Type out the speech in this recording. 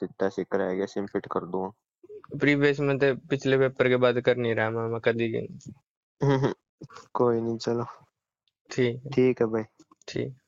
सिट्टा सिक रह गया सिम फिट कर दूंगा प्रीवियस में तो पिछले पेपर के बाद कर नहीं रहा मैं मैं कभी भी नहीं। कोई नहीं चलो ठीक है ठीक है भाई ठीक